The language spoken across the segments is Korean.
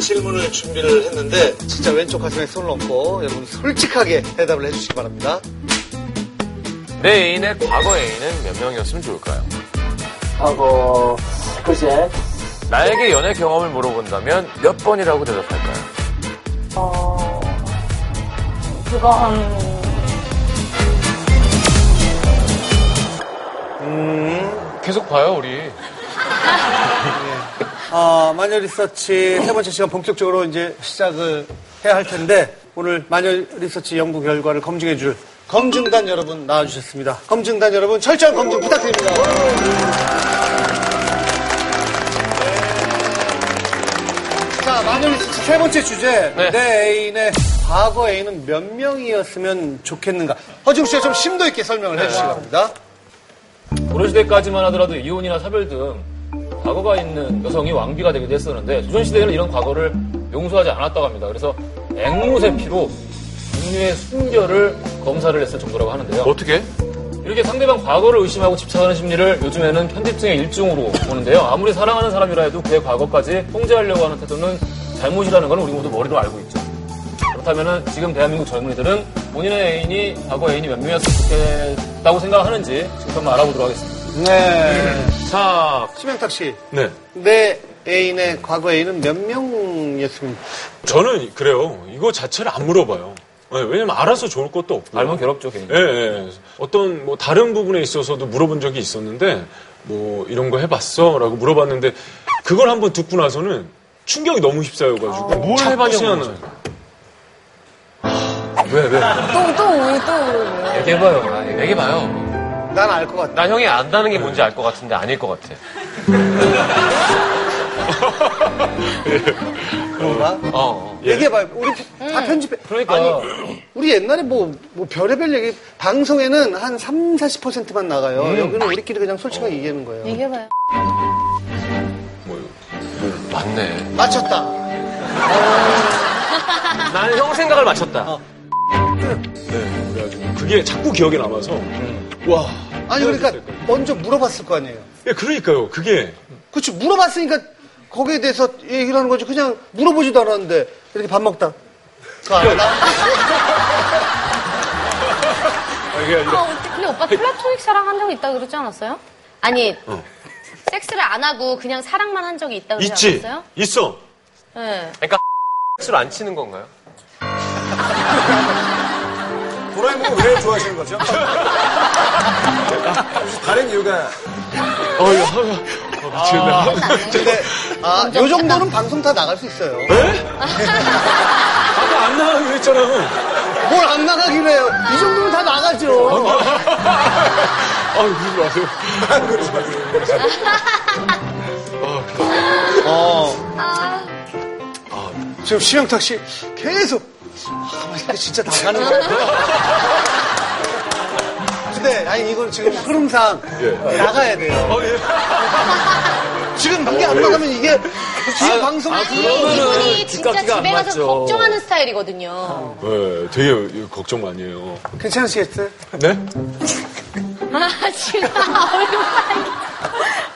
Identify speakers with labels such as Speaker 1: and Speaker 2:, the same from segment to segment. Speaker 1: 질문을 준비를 했는데 진짜 왼쪽 가슴에 손을 얹고 여러분 솔직하게 대답을 해주시기 바랍니다.
Speaker 2: 내 애인의 과거 애인은 몇 명이었으면 좋을까요?
Speaker 3: 하고 글쎄
Speaker 2: 나에게 연애 경험을 물어본다면 몇 번이라고 대답할까요?
Speaker 4: 어, 그건
Speaker 2: 계속 봐요, 우리.
Speaker 1: 아, 마녀 리서치 세 번째 시간 본격적으로 이제 시작을 해야 할 텐데 오늘 마녀 리서치 연구 결과를 검증해 줄 검증단 여러분 나와주셨습니다. 검증단 여러분 철저한 검증 부탁드립니다. 네. 자, 마녀 리서치 세 번째 주제
Speaker 2: 네.
Speaker 1: 내 애인의 과거 애인은 몇 명이었으면 좋겠는가? 허중 씨가 좀 심도 있게 설명을 해주시기 바랍니다.
Speaker 5: 고려 시대까지만 하더라도 이혼이나 사별 등 과거가 있는 여성이 왕비가 되기도 했었는데 조선 시대에는 이런 과거를 용서하지 않았다고 합니다. 그래서 앵무새 피로 인류의 순결을 검사를 했을 정도라고 하는데요.
Speaker 2: 어떻게?
Speaker 5: 이렇게 상대방 과거를 의심하고 집착하는 심리를 요즘에는 편집증의 일종으로 보는데요. 아무리 사랑하는 사람이라 해도 그의 과거까지 통제하려고 하는 태도는 잘못이라는 건 우리 모두 머리로 알고 있죠. 그렇다면 지금 대한민국 젊은이들은 본인의 애인이 과거 애인이 몇 명이었으면 좋겠다고 생각하는지 지금 한번 알아보도록 하겠습니다.
Speaker 1: 네.
Speaker 2: 자,
Speaker 1: 심영탁 씨.
Speaker 6: 네.
Speaker 1: 내 애인의 과거 애인은 몇 명이었으면
Speaker 6: 저는 그래요. 이거 자체를 안 물어봐요. 네, 왜냐면 알아서 좋을 것도 없고.
Speaker 5: 알면 괴롭죠, 괜히.
Speaker 6: 예, 예. 어떤 뭐 다른 부분에 있어서도 물어본 적이 있었는데 뭐 이런 거 해봤어? 라고 물어봤는데 그걸 한번 듣고 나서는 충격이 너무 휩싸여가지고 아, 뭘 해봤냐고 생각나요.
Speaker 2: 왜, 왜?
Speaker 4: 또또 우리 또 우리.
Speaker 5: 네,
Speaker 2: 얘기해봐요.
Speaker 5: 예.
Speaker 2: 아, 얘기해봐요.
Speaker 1: 난 알 것 같아.
Speaker 2: 난 형이 안다는 게 뭔지 알 것 같은데 아닐 것 같아.
Speaker 1: 그런가?
Speaker 2: 어, 음. 어.
Speaker 1: 얘기해봐요. 우리 다 편집해.
Speaker 5: 그러니까
Speaker 1: 우리 옛날에 뭐, 뭐 별의별 얘기, 방송에는 한 3, 40%만 나가요. 여기는 우리끼리 그냥 솔직하게 얘기하는 거예요.
Speaker 7: 음.
Speaker 4: 얘기해봐요.
Speaker 6: 뭐
Speaker 2: 맞네.
Speaker 1: 맞췄다.
Speaker 2: 나는 형 생각을 맞췄다.
Speaker 5: 어.
Speaker 6: 네. 그래가지고 그게 자꾸 기억에 남아서 와.
Speaker 1: 아니, 그러니까 먼저 물어봤을 거 아니에요.
Speaker 6: 예, 그러니까요. 그게
Speaker 1: 그렇지, 물어봤으니까 거기에 대해서 얘기를 하는 거지. 그냥 물어보지도 않았는데, 이렇게 밥 먹다. 그거 알아?
Speaker 4: 아, 어떡- 근데 오빠 플라토닉 사랑한 적이 있다고 그러지 않았어요?
Speaker 7: 아니 섹스를 안 하고 그냥 사랑만 한 적이 있다고 그러지
Speaker 6: 있지.
Speaker 7: 않았어요?
Speaker 6: 있어.
Speaker 7: 네.
Speaker 2: 그러니까 술안 치는 건가요?
Speaker 8: 도라에몽 왜 좋아하시는 거죠? 혹시 다른 이유가
Speaker 6: 어, 야, 어, 미치겠네.
Speaker 1: 근데, 아, 요 정도는 방송 다 나갈 수 있어요.
Speaker 6: 아까 안 나가기로 했잖아요.
Speaker 1: 뭘 안 나가기로 해요. 이 정도면 다 나가죠.
Speaker 6: 아, 그러지 마세요.
Speaker 7: 어.
Speaker 1: 아, 지금 심영탁 씨 계속 아, 맛있다. 진짜 나가는 거야. 근데 아니 이건 지금 흐름상
Speaker 6: 예.
Speaker 1: 나가야 돼요.
Speaker 6: 어, 예.
Speaker 1: 지금 그게 안 나가면 이게 지금 방송
Speaker 7: 아, 아니 이분이 진짜 집에 가서 걱정하는 스타일이거든요.
Speaker 6: 네, 되게 걱정 많이 해요.
Speaker 1: 괜찮으시겠어요?
Speaker 6: 네?
Speaker 7: 아 지금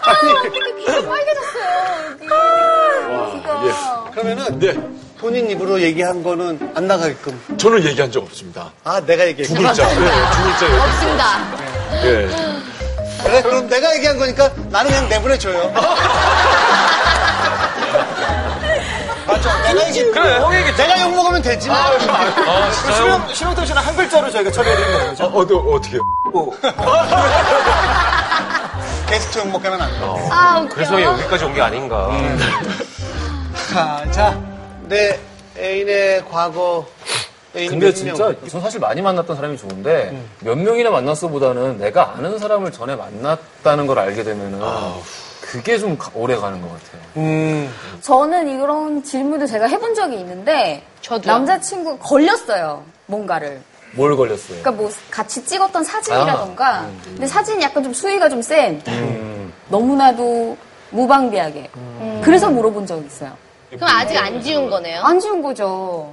Speaker 7: 얼굴
Speaker 1: 아니
Speaker 7: 귀가 빨개졌어요. 여기.
Speaker 6: 예.
Speaker 1: 그러면은
Speaker 6: 네,
Speaker 1: 본인 입으로 얘기한 거는 안 나가게끔.
Speaker 6: 저는 얘기한 적 없습니다.
Speaker 1: 아 내가
Speaker 6: 두
Speaker 1: 얘기했어.
Speaker 6: 글자. 네, 두
Speaker 7: 없습니다.
Speaker 6: 글자. 예.
Speaker 1: 그래 그럼 내가 얘기한 거니까 나는 그냥 내보내줘요. 맞죠? 내가 얘기
Speaker 2: 그래, 형 얘기
Speaker 1: 내가 욕 먹으면 되지.
Speaker 2: 아, 진짜요?
Speaker 8: 신영탁 씨는 한 글자로 저희가 처리해드리는 거죠?
Speaker 6: 어, 어, 어, 어떻게 해요?
Speaker 1: 게스트 욕 먹게 하면 안 돼. 음.
Speaker 7: 아 웃겨.
Speaker 2: 어. 그래서 여기까지 온 게 아닌가.
Speaker 1: 아, 자, 자, 내 애인의 과거. 애인
Speaker 5: 근데
Speaker 1: 몇
Speaker 5: 진짜
Speaker 1: 명.
Speaker 5: 전 사실 많이 만났던 사람이 좋은데 몇 명이나 만났어보다는 내가 아는 사람을 전에 만났다는 걸 알게 되면은 그게 좀 가- 오래 가는 것 같아요.
Speaker 9: 저는 이런 질문을 제가 해본 적이 있는데
Speaker 7: 저도요.
Speaker 9: 남자친구 걸렸어요 뭔가를
Speaker 5: 뭘 걸렸어요?
Speaker 9: 그러니까 뭐 같이 찍었던 사진이라던가 근데 사진이 약간 좀 수위가 좀 센 너무나도 무방비하게
Speaker 7: 음.
Speaker 9: 그래서 물어본 적이 있어요
Speaker 7: 그럼 아직 안 지운 거네요.
Speaker 9: 안 지운 거죠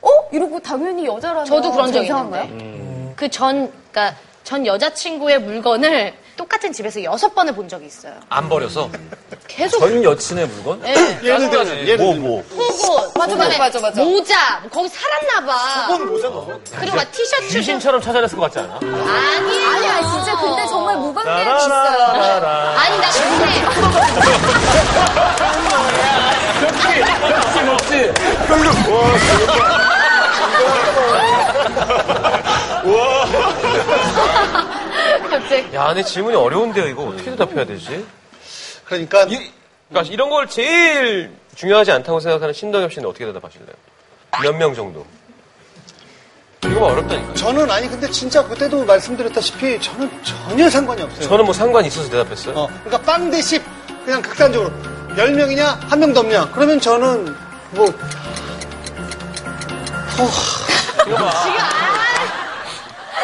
Speaker 9: 어? 이러고 당연히 여자라면
Speaker 7: 저도 그런 적이
Speaker 9: 이상한가요?
Speaker 7: 있는데. 그 전, 그니까 전 여자친구의 물건을 똑같은 집에서 여섯 번을 본 적이 있어요.
Speaker 10: 안 버려서
Speaker 7: 계속
Speaker 5: 음. 전 여친의 물건?
Speaker 7: 예.
Speaker 1: 예를 들어서 예를
Speaker 10: 뭐
Speaker 1: 들어
Speaker 10: 뭐.
Speaker 7: 속옷, 맞아, 맞아, 맞아, 맞아. 모자, 뭐 거기 살았나 봐. 속옷 모자 그리고 막 티셔츠 좀
Speaker 5: 귀신처럼 찾아냈을 것 같지 않아?
Speaker 7: 아니에요. 아,
Speaker 9: 아니야, 진짜 근데 정말 무방비약이 있어요.
Speaker 7: 아니 나 근데
Speaker 5: 아, 혹시
Speaker 7: 갑자기
Speaker 10: 야, 내 질문이 어려운데요. 이거 어떻게 대답해야 되지?
Speaker 1: 그러니까
Speaker 10: 이, 그러니까 이런 걸 제일 중요하지 않다고 생각하는 신동엽 씨는 어떻게 대답하실래요? 몇 명 정도? 이거 어렵다니까.
Speaker 1: 저는 아니 근데 진짜 그때도 말씀드렸다시피 저는 전혀 상관이 없어요.
Speaker 10: 저는 뭐 상관이 있어서 대답했어요.
Speaker 1: 어, 그러니까 빵 대 10, 그냥 극단적으로. 10명이냐, 한 명도 없냐. 그러면 저는, 뭐, 어.
Speaker 7: 지금 아,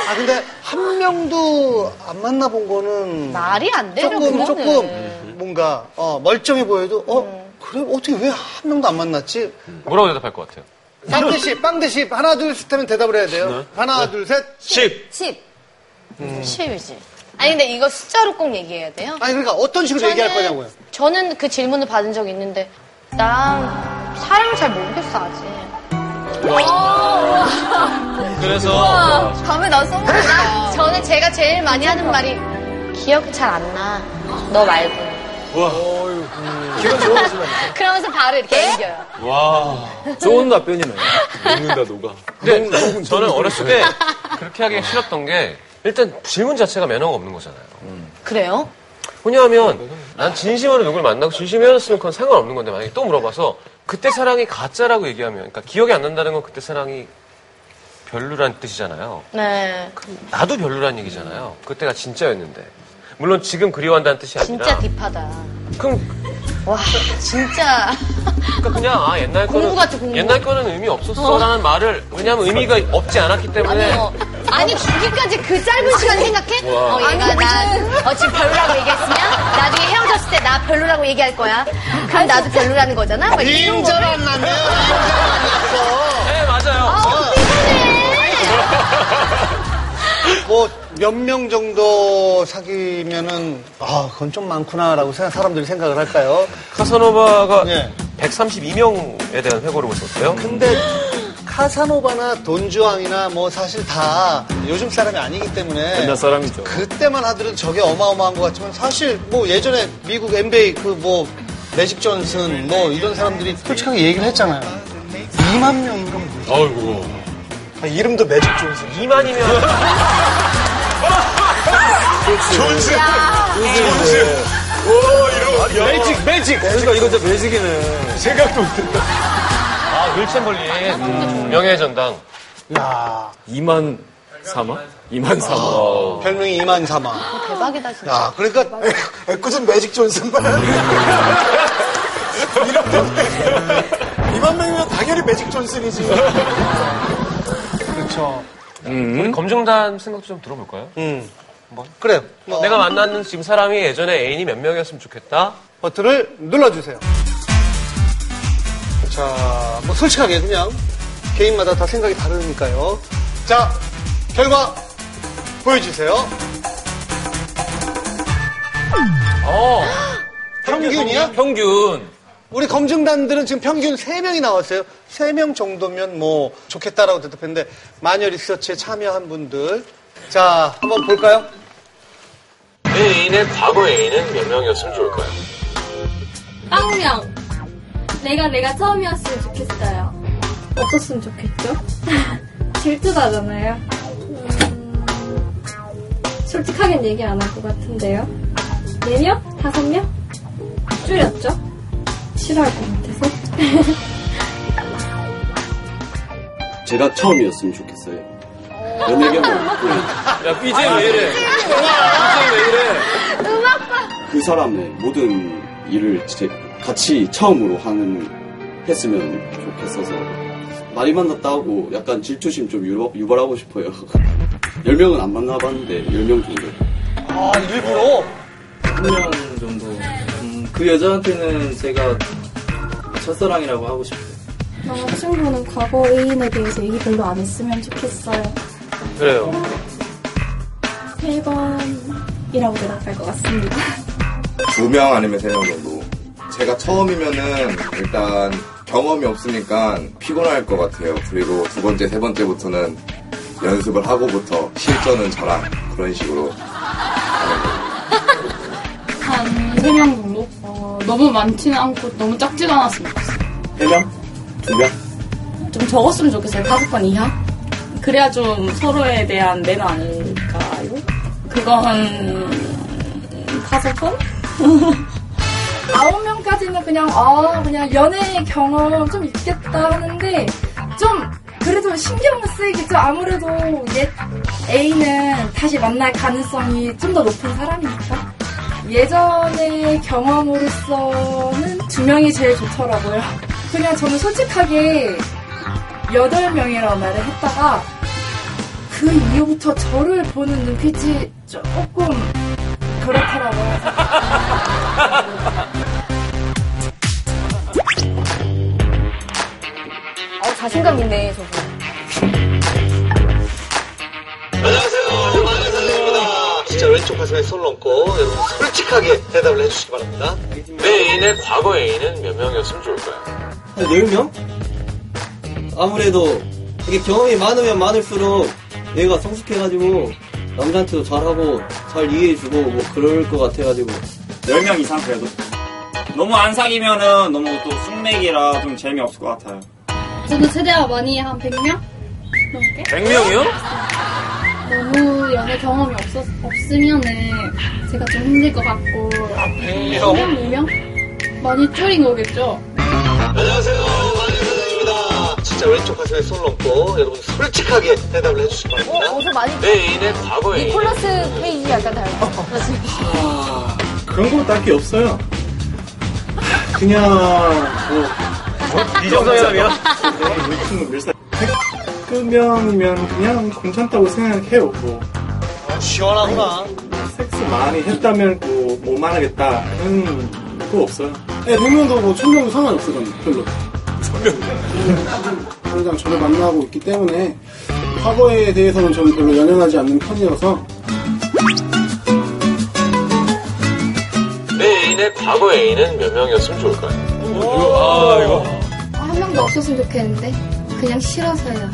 Speaker 1: 아, 근데 한 명도 안 만나본 거는.
Speaker 7: 말이 안 되죠.
Speaker 1: 조금,
Speaker 7: 그거는. 음.
Speaker 1: 조금, 뭔가, 어, 멀쩡해 보여도, 어, 그래, 어떻게 왜 한 명도 안 만났지?
Speaker 2: 뭐라고 대답할 것 같아요?
Speaker 1: 빵 대 10, 빵 대 10. 하나, 둘, 셋 하면 대답을 해야 돼요. 하나, 둘, 셋.
Speaker 6: 10.
Speaker 9: 10.
Speaker 7: 실이지. 아니 근데 이거 숫자로 꼭 얘기해야 돼요.
Speaker 1: 아니, 그러니까 어떤 식으로 얘기할 거냐고요.
Speaker 7: 저는 그 질문을 받은 적이 있는데 난 사랑 잘 모르겠어 아직. 어.
Speaker 5: 그래서
Speaker 1: 어.
Speaker 9: 밤에 나 써먹었다.
Speaker 7: 저는 제가 제일 많이 하는 말이 기억이 잘 안 나. 너 말고. 그러면서 발을 이렇게 옮겨요.
Speaker 5: 좋은 답변이네.
Speaker 6: 녹는다, 녹아.
Speaker 2: 근데 네, 저는 어렸을 때 그렇게 하기 싫었던 게 일단 질문 자체가 매너가 없는 거잖아요.
Speaker 7: 그래요?
Speaker 2: 왜냐하면 난 진심으로 누굴 만나고 진심이 헤어졌으면 그건 상관없는 건데 만약에 또 물어봐서 그때 사랑이 가짜라고 얘기하면 그러니까 기억이 안 난다는 건 그때 사랑이 별로란 뜻이잖아요.
Speaker 7: 네.
Speaker 2: 나도 별로란 얘기잖아요. 그때가 진짜였는데. 물론 지금 그리워한다는 뜻이 아니라
Speaker 7: 진짜 딥하다.
Speaker 2: 그럼
Speaker 7: 와, 진짜.
Speaker 2: 그러니까 그냥 아 옛날 거는
Speaker 7: 공부 같아, 공부.
Speaker 2: 옛날 거는 의미 없었어라는 말을 왜냐하면 의미가 없지 않았기 때문에
Speaker 7: 아니, 어. 아니, 죽기까지 그 짧은 시간 생각해? 어, 얘가 나, 어, 지금 별로라고 얘기했으면 나중에 헤어졌을 때 나 별로라고 얘기할 거야. 그럼 나도 별로라는 거잖아? 막 이런 거.
Speaker 1: 인절 안 나네요.
Speaker 2: 네 맞아요.
Speaker 1: 뭐 몇 명 정도 사귀면은 아 그건 좀 많구나라고 생각 사람들이 생각을 할까요?
Speaker 10: 카사노바가
Speaker 11: 네.
Speaker 1: 예.
Speaker 10: 132명에 대한 회고록을
Speaker 2: 음.
Speaker 10: 썼어요.
Speaker 1: 근데 카사노바나 돈주왕이나 뭐 사실 다 요즘 사람이 아니기 때문에
Speaker 5: 옛날 사람이죠.
Speaker 1: 그때만 하더라도 저게 어마어마한 것 같지만 사실 뭐 예전에 미국 NBA 그 뭐 매직 존슨 뭐 이런 사람들이 솔직하게 얘기를 했잖아요. 2만 명인가 뭐.
Speaker 6: 아이고.
Speaker 1: 아, 이름도 매직 존슨.
Speaker 10: 2만이면
Speaker 6: 존슨! 존슨! 와, 이런. 야,
Speaker 1: 매직 매직.
Speaker 5: 그러니까 이거 진짜 매직이네.
Speaker 6: 생각도 못했다.
Speaker 2: 아 윌챔벌린 음. 명예 전당.
Speaker 1: 야
Speaker 5: 2만 3화? 2만 3화.
Speaker 1: 별명이 2만 3만.
Speaker 7: 대박이다, 진짜.
Speaker 1: 야 그러니까
Speaker 8: 아, 애꿎은 매직 존슨만. 이만 명이면 당연히 매직 존슨이지.
Speaker 1: 그렇죠.
Speaker 2: 우리 검증단 생각도 좀 들어볼까요?
Speaker 1: 그래요. 어,
Speaker 2: 내가 만나는 지금 사람이 예전에 애인이 몇 명이었으면 좋겠다.
Speaker 1: 버튼을 눌러주세요. 자, 뭐 솔직하게 그냥 개인마다 다 생각이 다르니까요. 자, 결과 보여주세요.
Speaker 5: 어,
Speaker 1: 평균이야?
Speaker 5: 평균.
Speaker 1: 우리 검증단들은 지금 평균 3명이 나왔어요. 3명 정도면 뭐 좋겠다라고 대답했는데 마녀 리서치에 참여한 분들. 자, 한번 볼까요?
Speaker 2: 내 애인의 과거 애인은 몇 명이었으면 좋을까요?
Speaker 7: 빵명. 내가 내가 처음이었으면 좋겠어요.
Speaker 9: 없었으면 좋겠죠? 질투나잖아요. 솔직하게는 얘기 안 할 것 같은데요. 4명? 5명? 줄였죠? 싫어할 것 같아서.
Speaker 10: 제가 처음이었으면 좋겠어요. 연예계
Speaker 5: 야, BJ 왜 이래? BJ 왜 이래?
Speaker 10: 그 사람의 모든 일을 제- 같이 처음으로 하는 했으면 좋겠어서 많이 만났다고 약간 질투심 좀 유로- 유발하고 싶어요. 10명은 안 만나봤는데 10명 정도.
Speaker 1: 아, 일부러
Speaker 10: 한 명 정도. 그 여자한테는 제가 첫사랑이라고 하고 싶어요.
Speaker 9: 남자친구는 과거 애인에 대해서 얘기 별로 안 했으면 좋겠어요.
Speaker 2: 그래요.
Speaker 9: 1번
Speaker 12: 이라고 대답할 것 같습니다.
Speaker 13: 두 명 아니면 세 명 정도. 제가 처음이면은 일단 경험이 없으니까 피곤할 것 같아요. 그리고 두 번째, 세 번째부터는 연습을 하고부터 실전은 저랑 그런 식으로.
Speaker 12: 한 3명 정도? 어, 너무 많지는 않고 너무 작지도 않았으면 좋겠어요.
Speaker 13: 1명? 2명?
Speaker 12: 좀 적었으면 좋겠어요. 다섯 번 이하? 그래야 좀 서로에 대한 매너 아닐까요? 그건 다섯 번?
Speaker 14: 아홉 명까지는 그냥 아 그냥 연애 경험 좀 있겠다 하는데 좀 그래도 신경 쓰이겠죠 아무래도 옛 A는 다시 만날 가능성이 좀 더 높은 사람이니까 예전의 경험으로서는 두 명이 제일 좋더라고요 그냥 저는 솔직하게 여덟 명이라고 말을 했다가 그 이후부터 저를 보는 눈빛이 조금 그렇더라고요
Speaker 9: 어, 자신감 있네, 저분.
Speaker 15: 안녕하세요. 반갑습니다. 진짜 왼쪽 가슴에 손을 얹고 여러분 솔직하게 대답을 해주시기 바랍니다.
Speaker 2: 내 애인의 과거 애인은 몇 명이었으면 좋을까요?
Speaker 3: 한 10명? 아무래도 이게 경험이 많으면 많을수록 얘가 성숙해가지고 남자한테도 잘하고 잘 이해해주고 뭐 그럴 것 같아가지고
Speaker 11: 10명 이상 그래도 너무 안 사귀면은 너무 또 숙맥이라 좀 재미없을 것 같아요
Speaker 12: 저도 최대한 많이 한 100명? 넘게?
Speaker 11: 100명이요?
Speaker 12: 너무 연애 경험이 없었, 없으면은 제가 좀 힘들 것 같고
Speaker 11: 아,
Speaker 12: 1명? 2명? 많이 줄인 거겠죠?
Speaker 15: 안녕하세요. 반갑습니다. 진짜 왼쪽 가슴에 손을 얹고 여러분 솔직하게 대답을 해주시기
Speaker 9: 어,
Speaker 15: 바랍니다.
Speaker 9: 어서 많이.
Speaker 15: 내 애인의 과거 애인.
Speaker 9: 니콜라스 케이지 약간 닮아.
Speaker 8: 그런 거 딱히 없어요. 그냥 뭐,
Speaker 2: 이 정도 사람이야?
Speaker 8: 끄면이면 뭐, 그냥 괜찮다고 생각해요. 뭐
Speaker 15: 아, 시원하구나.
Speaker 8: 섹스 많이 했다면 뭐 뭐만 하겠다. 음, 그거 없어요. 네, 100명도 뭐 1000명도 상관없어 저는 별로. 1000명. 당장 저를 만나고 있기 때문에 과거에 대해서는 저는 별로 연연하지 않는 편이어서
Speaker 2: 내 애인의 과거 애인은 몇 명이었으면 좋을까요?
Speaker 11: 아 이거
Speaker 12: 한 명도 없었으면 좋겠는데 그냥 싫어서요.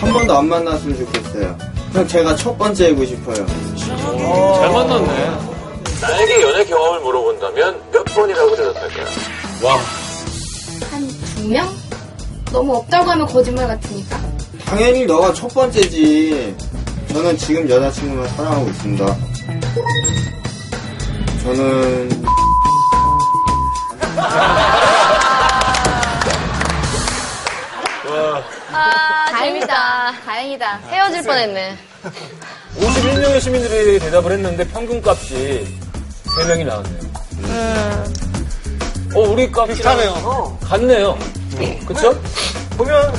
Speaker 10: 한 번도 안 만났으면 좋겠어요. 그냥 제가 첫 번째이고 싶어요.
Speaker 2: 잘 만났네. 나에게 연애 경험을 물어본다면 몇 번이라고 대답할까요? 와.
Speaker 12: 한 두 명? 너무 없다고 하면 거짓말 같으니까.
Speaker 10: 당연히 너가 첫 번째지. 저는 지금 여자친구만 사랑하고 있습니다. 저는
Speaker 7: 아, 재밌다. 다행이다. 헤어질 뻔했네.
Speaker 5: 51명의 시민들이 대답을 했는데 평균값이 3명이 나왔네요. 어, 우리 값이
Speaker 1: 비슷하네요.
Speaker 5: 같네요. 그쵸?
Speaker 8: 보면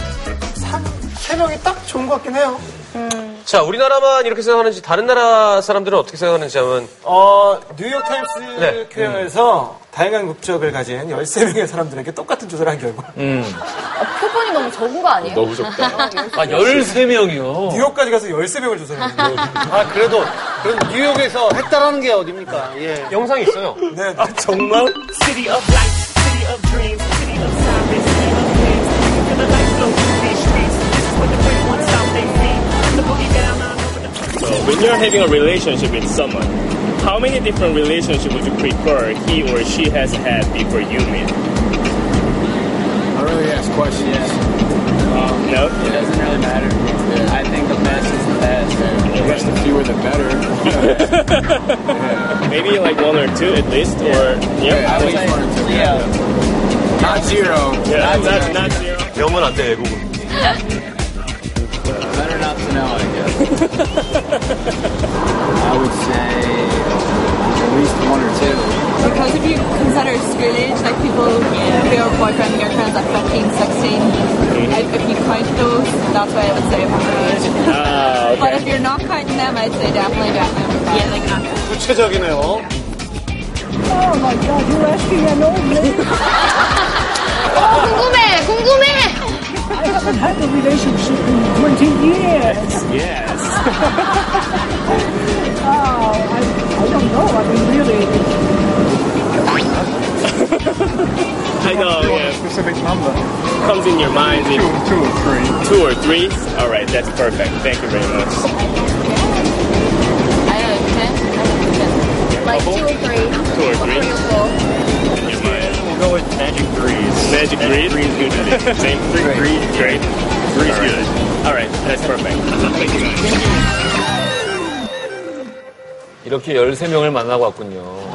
Speaker 8: 3, 3명이 딱 좋은 것 같긴 해요.
Speaker 2: 음. 자, 우리나라만 이렇게 생각하는지 다른 나라 사람들은 어떻게 생각하는지 한번
Speaker 16: 어, 뉴욕타임스
Speaker 2: 네.
Speaker 16: 퀘어에서 다양한 국적을 가진 13명의 사람들에게 똑같은 조사를 한 결과.
Speaker 9: 표본이 너무 적은 거 아니에요?
Speaker 16: 너무 적다.
Speaker 5: 아, 13명이요?
Speaker 16: 뉴욕까지 가서 13명을 조사를 했는데. 아,
Speaker 1: 그래도, 그럼 뉴욕에서 했다라는 어, 게 어딥니까? 예.
Speaker 2: 영상이 있어요.
Speaker 1: 네. 아, 정말?
Speaker 17: City of lights, city of dreams, city of sirens, city of flames. Feel the light flow through these streets. This is what the great ones out they dream. The boogie down, I know the
Speaker 18: So when you're having a relationship with someone, how many different relationships would you prefer he or she has had before you met?
Speaker 19: I don't really ask questions. no, it doesn't really matter. I think the best is the best. I guess the fewer the better.
Speaker 18: Maybe like one or two at least, or yeah,
Speaker 19: I would say, yeah. Not zero.
Speaker 18: Yeah, not, not zero.
Speaker 2: 영어는 안 돼, 외국은.
Speaker 19: Better not to know, I guess. I would say at least one or two.
Speaker 20: Because if you consider school age, like people who are boyfriend and girlfriends at 15, 16, if, if you count those, that's why I would say upper age.
Speaker 18: Ah,
Speaker 20: But if you're not counting them, I'd say definitely, definitely. Yeah, like that.
Speaker 1: 구체적이네요.
Speaker 20: Oh my god, you're asking an old lady.
Speaker 7: 어, 궁금해, 궁금해.
Speaker 20: I haven't had a relationship in 20 years.
Speaker 18: Yes.
Speaker 20: Oh, I, I don't
Speaker 17: oh, I mean, really.
Speaker 18: I know, yeah. Specific number. Comes in your mind. Two, two or three. Two or three? All right, that's perfect. Thank you very much.
Speaker 7: Like two or three.
Speaker 18: Two or three? In your mind. We'll go with magic threes. Magic threes? Threes good to me. Same three? Three? Great. Three's good. All right, that's perfect. Thank you.
Speaker 5: 이렇게 13명을 만나고 왔군요.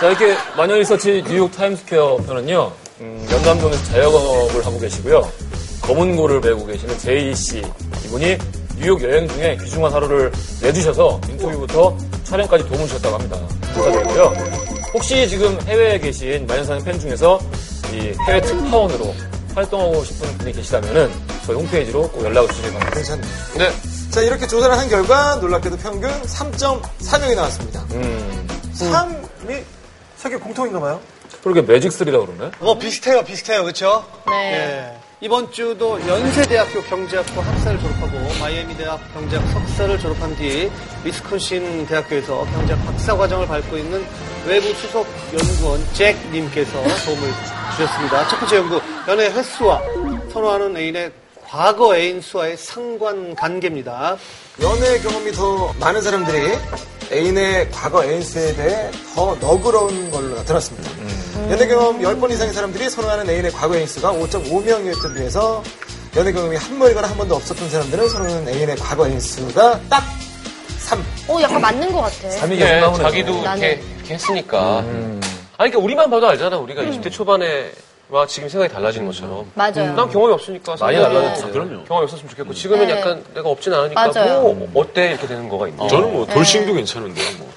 Speaker 5: 자, 이렇게 마녀리서치 뉴욕 타임스퀘어에서는요, 음, 연남동에서 자영업을 하고 계시고요, 검은고를 배우고 계시는 제이씨, 이분이 뉴욕 여행 중에 귀중한 하루를 내주셔서 인터뷰부터 촬영까지 도움을 주셨다고 합니다. 감사드리고요. 혹시 지금 해외에 계신 마녀사냥 팬 중에서 이 해외 특파원으로 활동하고 싶은 분이 계시다면은 저희 홈페이지로 꼭 연락을 주시기 바랍니다.
Speaker 16: 괜찮네요. 자, 이렇게 조사를 한 결과 놀랍게도 평균 3.4명이 나왔습니다.
Speaker 5: 음,
Speaker 16: 3이 세계 공통인가봐요.
Speaker 5: 그렇게 매직3라고 그러네?
Speaker 1: 뭐 비슷해요, 비슷해요, 그렇죠?
Speaker 16: 네.
Speaker 1: 이번 주도 연세대학교 경제학부 학사를 졸업하고 마이애미 대학 경제학 석사를 졸업한 뒤 위스콘신 대학교에서 경제학 박사 과정을 밟고 있는 외부 수석 연구원 잭 님께서 도움을 주셨습니다. 첫 번째 연구 연애 횟수와 선호하는 애인의 과거 애인 수와의 상관 관계입니다.
Speaker 16: 연애 경험이 더 많은 사람들이 애인의 과거 애인 수에 대해 더 너그러운 걸로 나타났습니다. 연애 경험 10번 이상의 사람들이 선호하는 애인의 과거 애인 수가 5.5명이었던 비해서 연애 경험이 한 번이거나 한 번도 없었던 사람들은 선호하는 애인의 과거 애인 수가 딱
Speaker 7: 오, 어, 약간 맞는 것 같아.
Speaker 2: 이게 네, 자기도 이렇게, 이렇게 했으니까. 아니, 그러니까 우리만 봐도 알잖아. 우리가 20대 초반에와 지금 생각이 달라지는 것처럼.
Speaker 7: 맞아요.
Speaker 2: 난 경험이 없으니까.
Speaker 7: 많이
Speaker 2: 생각이 아,
Speaker 7: 달라졌죠.
Speaker 2: 그럼요. 경험이 없었으면 좋겠고. 지금은
Speaker 7: 네.
Speaker 2: 약간 내가 없진 않으니까.
Speaker 7: 맞아요.
Speaker 2: 뭐, 어때? 이렇게 되는 거가 있네.
Speaker 6: 저는 뭐 돌싱도
Speaker 7: 네.
Speaker 6: 괜찮은데요. 뭐.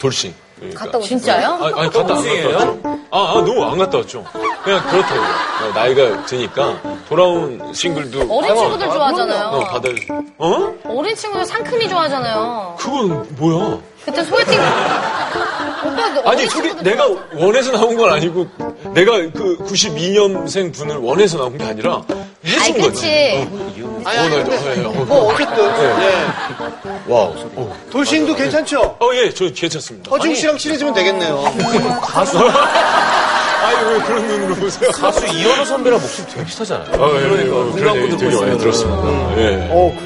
Speaker 6: 돌싱. 예,
Speaker 7: 갔다 오셨어요? 진짜요?
Speaker 6: 아니, 아니, 갔다 안 갔다 왔죠. 아, 아, 너무 안 갔다 왔죠. 그냥 그렇다고요. 나이가 드니까 돌아온 싱글도.
Speaker 4: 어린 친구들
Speaker 6: 상관없다.
Speaker 4: 좋아하잖아요.
Speaker 6: 어, 받아요. 어?
Speaker 4: 어린 친구들 상큼이 좋아하잖아요.
Speaker 6: 그건 뭐야?
Speaker 4: 그때 소개팅.
Speaker 7: 그
Speaker 4: 오빠,
Speaker 6: 아니, 저기 내가 원해서 나온 건 아니고, 내가 그 92년생 분을 원해서 나온 게 아니라, 해준
Speaker 7: 아니, 그치.
Speaker 6: 거잖아요. 어,
Speaker 1: 뭐 어쨌든 예.
Speaker 6: 와우.
Speaker 1: 돌싱도 괜찮죠?
Speaker 6: 어, 예, 저 괜찮습니다.
Speaker 1: 허지웅 씨랑 친해지면 되겠네요.
Speaker 6: 가수. 아니, 왜 그런 눈으로 보세요?
Speaker 2: 가수 이현우 선배랑 목소리 되게 비슷하잖아요.
Speaker 6: 아, 예, 예, 어, 그런 얘기 되게 많이 들었습니다. 예.
Speaker 1: 어,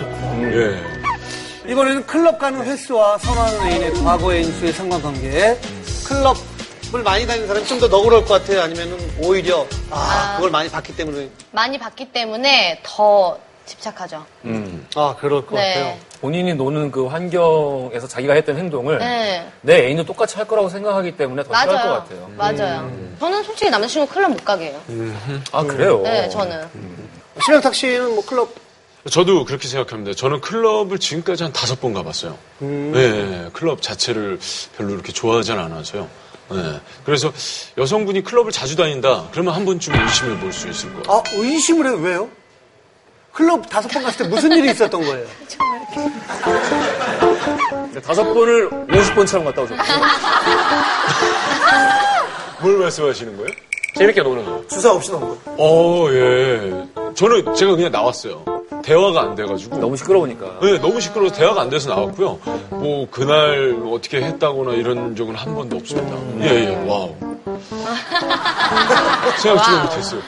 Speaker 6: 예.
Speaker 1: 이번에는 클럽 가는 횟수와 선호하는 애인의 과거 애인수의 상관관계. 클럽을 많이 다니는 사람이 좀 더 너그러울 것 같아요? 아니면 오히려, 아, 그걸 많이 봤기 때문에.
Speaker 7: 많이 봤기 때문에 더 집착하죠.
Speaker 1: 아, 그럴
Speaker 7: 것 네. 같아요.
Speaker 5: 본인이 노는 그 환경에서 자기가 했던 행동을
Speaker 7: 네.
Speaker 5: 내 애인도 똑같이 할 거라고 생각하기 때문에 더 싫어할 것
Speaker 7: 맞아요.
Speaker 5: 같아요.
Speaker 7: 맞아요. 저는 솔직히 남자친구 클럽 못 가게 해요.
Speaker 5: 아, 그래요?
Speaker 7: 네, 저는.
Speaker 1: 심영탁 씨는 뭐 클럽
Speaker 6: 저도 그렇게 생각합니다. 저는 클럽을 지금까지 한 다섯 번 가봤어요. 예, 클럽 자체를 별로 이렇게 좋아하진 않아서요. 예, 그래서 여성분이 클럽을 자주 다닌다. 그러면 한 번쯤 의심해 볼 수 있을 것 같아요.
Speaker 1: 아, 의심을 해요? 왜요? 클럽 다섯 번 갔을 때 무슨 일이 있었던 거예요?
Speaker 5: 근데 다섯 번을 50번 처럼 갔다 오셨어요.
Speaker 6: 뭘 말씀하시는 거예요?
Speaker 2: 재밌게 노는 거.
Speaker 16: 주사 없이 넘어.
Speaker 6: 어, 예. 저는 제가 그냥 나왔어요. 대화가 안 돼가지고.
Speaker 5: 너무 시끄러우니까.
Speaker 6: 네, 너무 시끄러워서 대화가 안 돼서 나왔고요. 뭐, 그날 어떻게 했다거나 이런 적은 한 번도 없습니다. 예, 예, 와우. 생각지도 못했어요.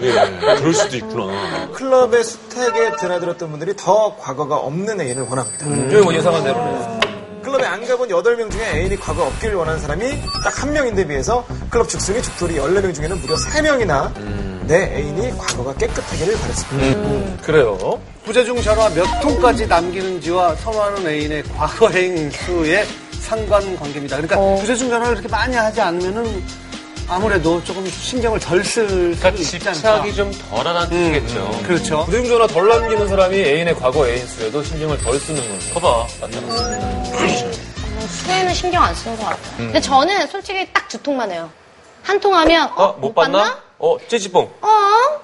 Speaker 6: 예, 그럴 수도 있구나.
Speaker 16: 클럽의 수택에 드나들었던 분들이 더 과거가 없는 애인을 원합니다.
Speaker 5: 저희 뭐 예상한 대로네요.
Speaker 16: 클럽에 안 가본 8명 중에 애인이 과거 없기를 원하는 사람이 딱 한 명인데 비해서 클럽 죽순이 죽돌이 14명 중에는 무려 3명이나 내 애인이 과거가 깨끗하기를 바랬습니다.
Speaker 5: 그래요.
Speaker 1: 부재 중 전화 몇 통까지 남기는지와 선호하는 애인의 과거 애인 수의 상관 관계입니다. 그러니까 부재 중 전화를 그렇게 많이 하지 않으면은 아무래도 조금 신경을 덜 쓸
Speaker 5: 그러니까
Speaker 1: 수도 있지 않을까.
Speaker 2: 그러니까 좀 덜하다는 뜻이겠죠.
Speaker 1: 그렇죠.
Speaker 5: 부대중 전화 음, 덜 남기는 사람이 애인의 과거 애인 수에도 신경을 덜 쓰는 거죠. 봐봐.
Speaker 7: 수혜는 신경 안 쓰는 것 같아요. 근데 저는 솔직히 딱 두 통만 해요. 한 통 하면, 어,
Speaker 2: 아, 못 봤나? 어, 찌찌뽕.
Speaker 7: 어? 어,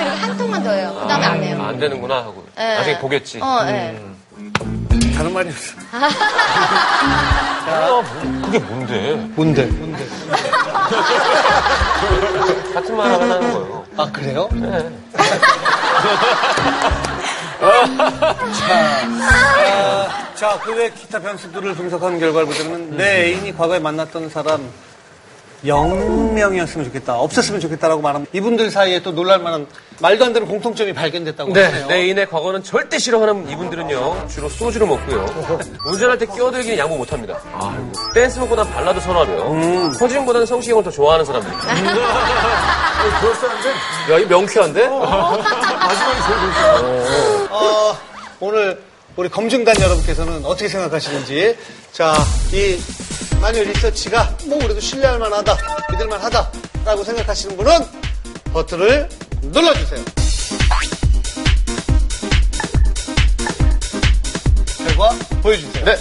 Speaker 7: 이렇게 한 통만 더 해요. 그 다음에 안 해요.
Speaker 2: 아, 안 되는구나 하고.
Speaker 7: 네.
Speaker 2: 나중에 보겠지.
Speaker 7: 어, 네.
Speaker 1: 다른 말이 없어.
Speaker 2: 아, 뭐, 그게 뭔데?
Speaker 1: 뭔데? 뭔데?
Speaker 2: 같은 말 하면 하는 거예요.
Speaker 1: 아, 그래요?
Speaker 2: 네.
Speaker 1: 아, 자, 자, 그 외 기타 변수들을 분석한 결과를 보자면 내 애인이 과거에 만났던 사람 0명이었으면 좋겠다. 없었으면 좋겠다라고 말하면 이분들 사이에 또 놀랄만한 말도 안 되는 공통점이 발견됐다고
Speaker 2: 네,
Speaker 1: 하네요.
Speaker 2: 내 인의 과거는 절대 싫어하는 이분들은요, 주로 소주를 먹고요. 운전할 때 끼어들기는 양보 못 합니다. 댄스 먹고 음. 난 발라드 선호하며, 허진보다는 성시경을 더 좋아하는 사람들.
Speaker 16: 그럴 사람들?
Speaker 2: 야, 이거 명쾌한데?
Speaker 16: 마지막에 제일 좋은
Speaker 1: 어, 오늘 우리 검증단 여러분께서는 어떻게 생각하시는지 자, 이 마녀 리서치가 뭐 그래도 신뢰할 만하다, 믿을 만하다라고 생각하시는 분은 버튼을 눌러주세요. 결과 보여주세요. 네.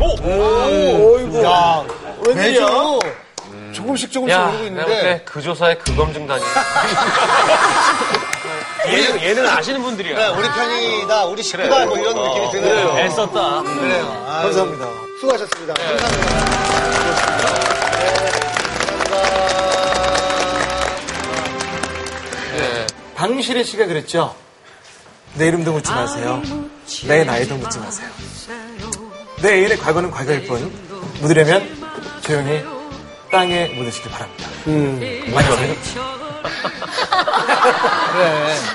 Speaker 1: 오! 오이구. 야,
Speaker 16: 웬일이야? 음.
Speaker 1: 매주 조금씩 조금씩
Speaker 2: 야,
Speaker 1: 오르고
Speaker 2: 내가
Speaker 1: 있는데.
Speaker 2: 볼 때 그 조사에 그 검증단이. 얘는, 얘는 아시는 분들이야.
Speaker 1: 그래, 우리 편이다, 우리 식구다, 네, 뭐 이런 느낌이 드네요.
Speaker 2: 애썼다.
Speaker 1: 그래요. 아유,
Speaker 16: 감사합니다.
Speaker 1: 수고하셨습니다. 감사합니다.
Speaker 16: 방실혜 씨가 그랬죠. 내 이름도 묻지 마세요. 내 나이도 묻지 마세요. 내 애인의 과거는 과거일 뿐 묻으려면 조용히 땅에 묻으시길 바랍니다.
Speaker 1: 음.
Speaker 16: 맞아요.
Speaker 1: 그래.